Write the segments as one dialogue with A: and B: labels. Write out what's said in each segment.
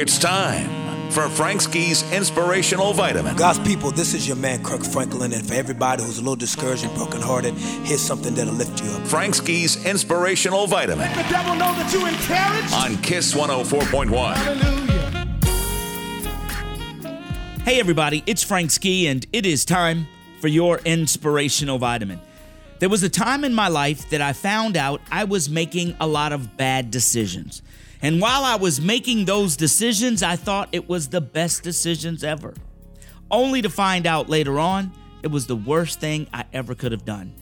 A: It's time for Frankski's Inspirational Vitamin.
B: God's people, this is your man, Kirk Franklin, and for everybody who's a little discouraged and brokenhearted, here's something that'll lift you up.
A: Frankski's Inspirational Vitamin
C: The devil know that you encouraged.
A: on Kiss 104.1.
C: Hallelujah.
D: Hey, everybody, it's Frank Ski, and it is time for your inspirational vitamin. There was a time in my life that I found out I was making a lot of bad decisions. And while I was making those decisions, I thought it was the best decisions ever, only to find out later on it was the worst thing I ever could have done.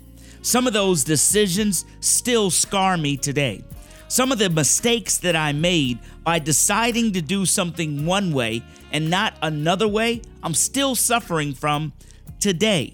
D: Some of those decisions still scar me today. Some of the mistakes that I made by deciding to do something one way and not another way, I'm still suffering from today.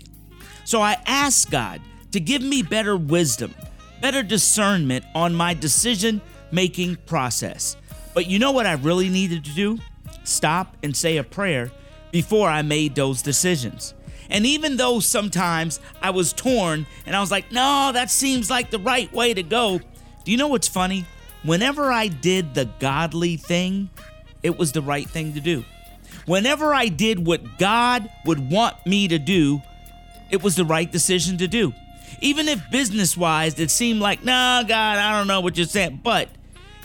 D: So I ask God to give me better wisdom, better discernment on my decision making process. But you know what I really needed to do? Stop and say a prayer before I made those decisions. And even though sometimes I was torn and I was like, no, that seems like the right way to go, do you know what's funny? Whenever I did the godly thing, it was the right thing to do. Whenever I did what God would want me to do, it was the right decision to do. Even if business wise it seemed like, nah, God, I don't know what you're saying. But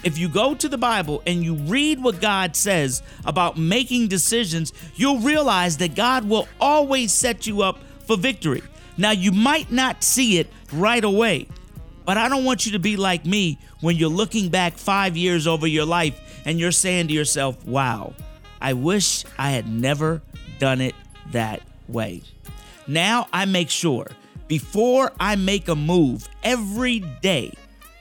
D: if you go to the Bible and you read what God says about making decisions, you'll realize that God will always set you up for victory. Now, you might not see it right away, but I don't want you to be like me when you're looking back five years over your life and you're saying to yourself, wow, I wish I had never done it that way. Now I make sure before I make a move every day,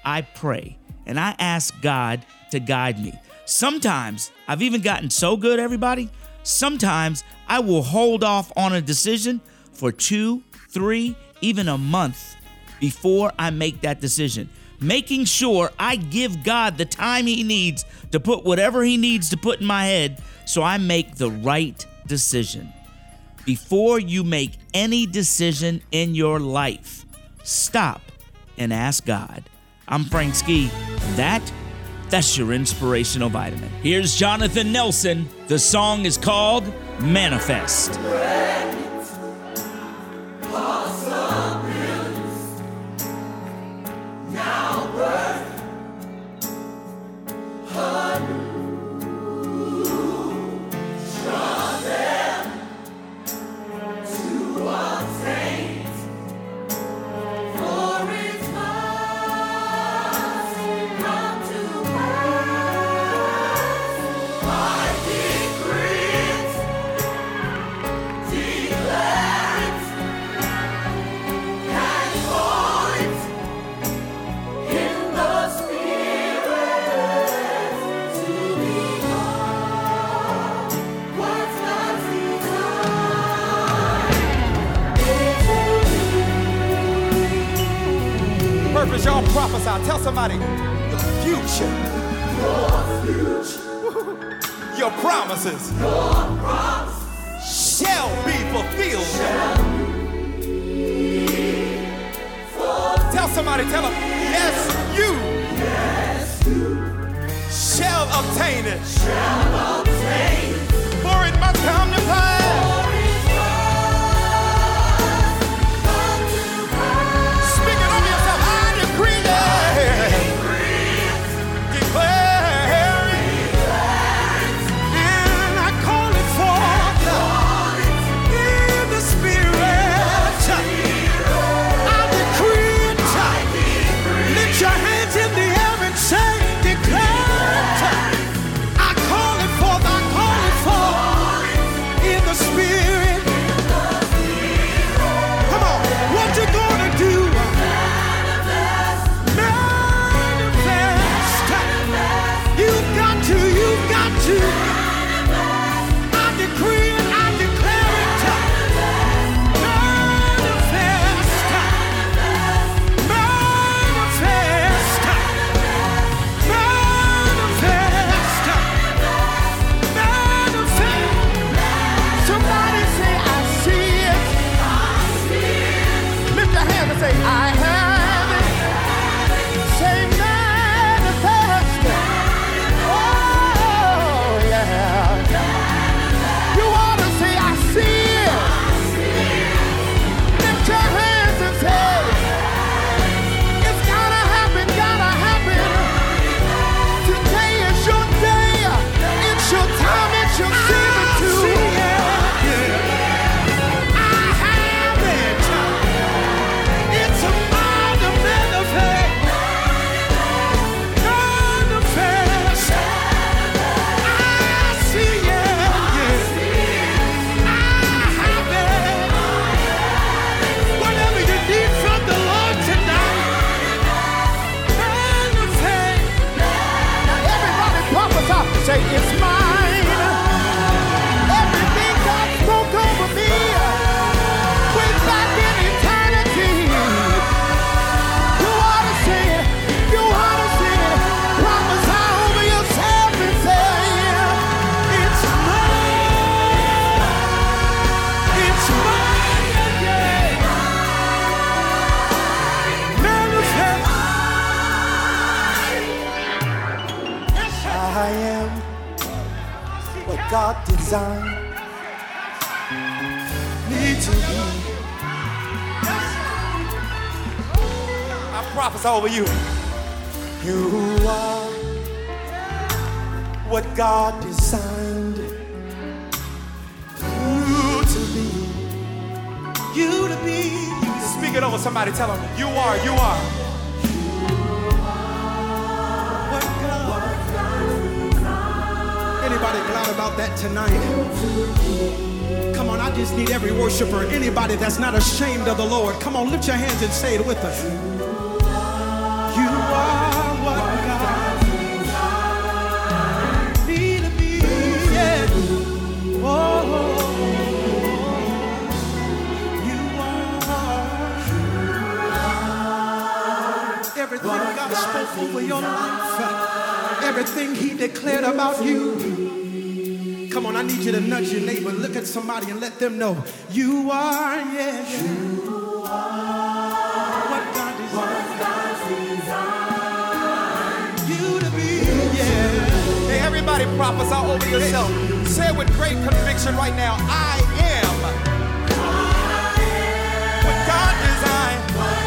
D: I pray and I ask God to guide me. Sometimes I've even gotten so good, everybody. Sometimes I will hold off on a decision for two, three, even a month before I make that decision. Making sure I give God the time He needs to put whatever He needs to put in my head so I make the right decision before you make any decision in your life, stop and ask God. I'm Frank Ski. That, that's your inspirational vitamin. Here's Jonathan Nelson. The song is called Manifest.
C: Purpose, y'all prophesy. Tell somebody your future. Your promises. Shall be fulfilled. Tell somebody, tell them, yes, you. Shall obtain it. For it must come to pass. Speak it over yourself. I decree that. Declare it. And I call it forth in the Spirit. I decree it. Lift your hands in the air and say, declare it. I call it forth. I call it forth in the Spirit. Come on. What you gonna do? Manifest. You've got to, you've got to. I decree it, I declare it. Manifest. Manifest. Manifest. Manifest. Somebody say, I see it. Lift your hand and say, I have it. Say, manifest. Oh, yeah. Say it's mine. Everything God spoke over me uh, way back in eternity. You ought to say it. You ought to say it. Prophesy over yourself and say it's mine. It's mine again. Manifest.
E: I am what God designed me to be. I prophesy over you. You are what God designed you to be. You to be. Speak it over somebody. Tell them you are. You are. What God.
C: Anybody glad about that tonight? Come on, I just need every worshiper, anybody that's not ashamed of the Lord. Come on, lift your hands and say it with us. You are what God me to be. Yeah. Oh, you are everything God spoke over your life, everything He declared about you. Come on, I need you to nudge your neighbor. Look at somebody and let them know you are, yeah. You are what God designed. you to be, yeah.
E: Hey, everybody prophesy over yourself. Say it with great conviction right now. I am what God designed